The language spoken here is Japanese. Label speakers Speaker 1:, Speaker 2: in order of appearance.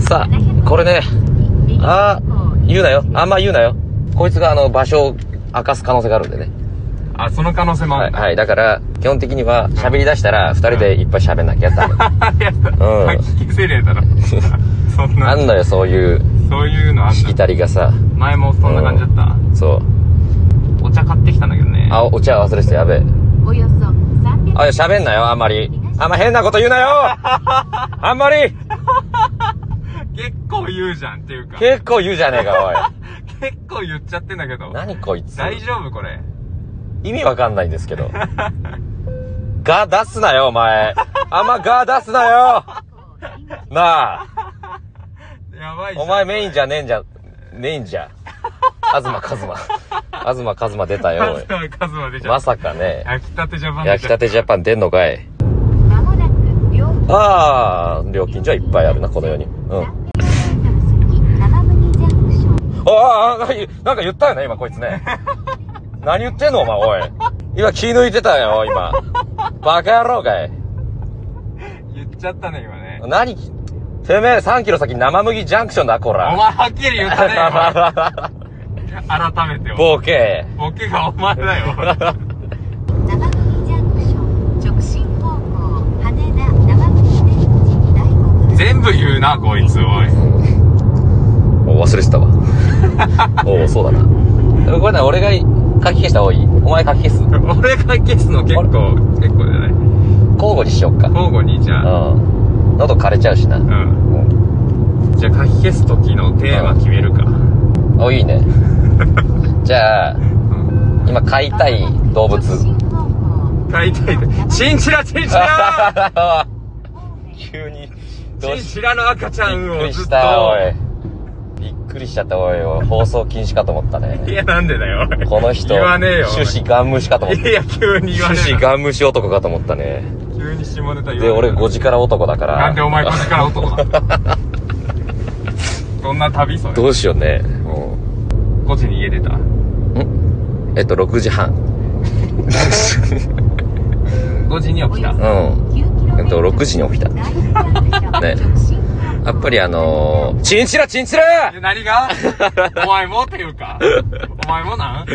Speaker 1: さあ、これね、あー、言うなよ。あんま言うなよ。こいつがあの、場所を明かす可能性があるんでね。
Speaker 2: あ、その可能性もあ
Speaker 1: はい。
Speaker 2: るん だ。
Speaker 1: はい。だから、基本的には喋り出したら、二人でいっぱい喋んなきゃダメ。
Speaker 2: やだ。
Speaker 1: うん
Speaker 2: 吐き気せれやだろ。そん
Speaker 1: あ
Speaker 2: な、
Speaker 1: んのよ、そういう、
Speaker 2: そういうのあん
Speaker 1: し
Speaker 2: だ
Speaker 1: き。たりがさ。
Speaker 2: 前もそんな感じだった。
Speaker 1: そう。
Speaker 2: お茶買ってきたんだけどね。
Speaker 1: あ、お茶忘れてた、やべえ。
Speaker 3: およそ300
Speaker 1: あ、喋んなよ、あんまり。あんま変なこと言う なよあんまり
Speaker 2: 結構言うじゃんっていうか。
Speaker 1: 結構言うじゃねえか、
Speaker 2: 結構言っちゃってんだけ
Speaker 1: おい。
Speaker 2: ど。
Speaker 1: 何こいつ。
Speaker 2: 大丈夫これ。
Speaker 1: 意味わかんないんですけど。ガ出すなよ、お前。あんまガ出すなよなあ、
Speaker 2: やばいじゃん。
Speaker 1: お前メインじゃねえんじゃ、ねえんじゃ。東和馬。東和馬出た
Speaker 2: カ
Speaker 1: よ
Speaker 2: ズ、マ、カズマ出
Speaker 1: おい
Speaker 2: ちゃ
Speaker 1: ま
Speaker 2: った。
Speaker 1: さかね、
Speaker 2: 焼きたてジャパン
Speaker 1: 焼きた
Speaker 2: て。
Speaker 1: てジャパン出んのかい。
Speaker 3: まもなく料金
Speaker 1: ああ、料金所はいっぱいあるな、この世に。うん。あ
Speaker 3: 300m 先生麦ジャンクション
Speaker 1: あ、なんか言なんか言ったよね、今こいつね。何言ってんの、お前、おい。今気抜いてたよ、今。バカ野郎かい。
Speaker 2: 言っちゃったね、今ね。
Speaker 1: 何きてめえ3キロ先生麦ジャンクションだ、こ
Speaker 2: お前
Speaker 1: ら。
Speaker 2: はっきり言 ったね、今改めてよ。
Speaker 1: ボケ。
Speaker 2: ボケがお前だ
Speaker 3: 生
Speaker 2: よ。
Speaker 3: 麦ジャンクション直進方向羽田生麦電池大黒
Speaker 2: 全部言うな、こいつ、おい。
Speaker 1: お忘れてた わ。おお、そうだな。これね、俺が書き消した方がいい。お前書き消す。
Speaker 2: 俺が消すの結構、結構じゃない
Speaker 1: 交互にしよっか。
Speaker 2: 交互にじゃあ、
Speaker 1: うん。喉枯れちゃうしな。
Speaker 2: う。
Speaker 1: うんん。
Speaker 2: じゃあ書き消す時のテーマ決めるか。
Speaker 1: お、いい ね。じゃあ、
Speaker 2: うん。
Speaker 1: 今飼いたい動物。
Speaker 3: 直進方向
Speaker 2: 大体 で、チンチラチンチラ
Speaker 1: 急に、
Speaker 2: チ
Speaker 1: どう
Speaker 2: ン
Speaker 1: し
Speaker 2: チラの赤ちゃん
Speaker 1: びっく
Speaker 2: を
Speaker 1: り
Speaker 2: ず
Speaker 1: し
Speaker 2: っと。
Speaker 1: た、おい。びっくりしちゃった、おい。おい放送禁止かと思った
Speaker 2: い
Speaker 1: ね。
Speaker 2: や、なんでだよ、おい
Speaker 1: この人、
Speaker 2: 言わねえよ。
Speaker 1: 終始ガン無視かと思った
Speaker 2: い。や、急に言わ
Speaker 1: 終
Speaker 2: ねえ
Speaker 1: 始
Speaker 2: な。
Speaker 1: ガン無視男かと思ったね。
Speaker 2: 急に下ネタ言わねえ
Speaker 1: で、
Speaker 2: な
Speaker 1: 俺5時から男だから。
Speaker 2: なんでお前こっちから男なんだよ どんな旅それ
Speaker 1: どうしようね。
Speaker 2: 5時に家出た
Speaker 1: えっと、6時半。
Speaker 2: 5時に起きた
Speaker 1: うん。
Speaker 3: 9km
Speaker 1: えっと、6時に起きた。
Speaker 3: 大黒ジャンクション
Speaker 1: ね
Speaker 3: 直進方向
Speaker 1: やっぱりあのー、チンチラチンチラ
Speaker 2: 何がお前もっていうかお前もなん